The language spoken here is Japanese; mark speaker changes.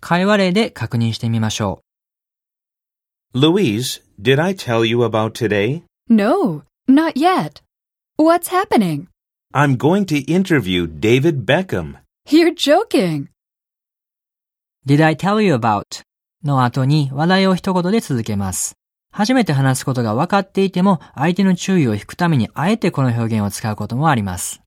Speaker 1: 会話例で確認してみましょ
Speaker 2: Louise, did I tell you about today?
Speaker 3: No, not yet. What's happening?
Speaker 2: I'm going to interview David Beckham.
Speaker 3: You're joking.
Speaker 1: う。Did I tell you about? の後に話題を一言で続けます。初めて話すことが分かっていても相手の注意を引くためにあえてこの表現を使うこともあります。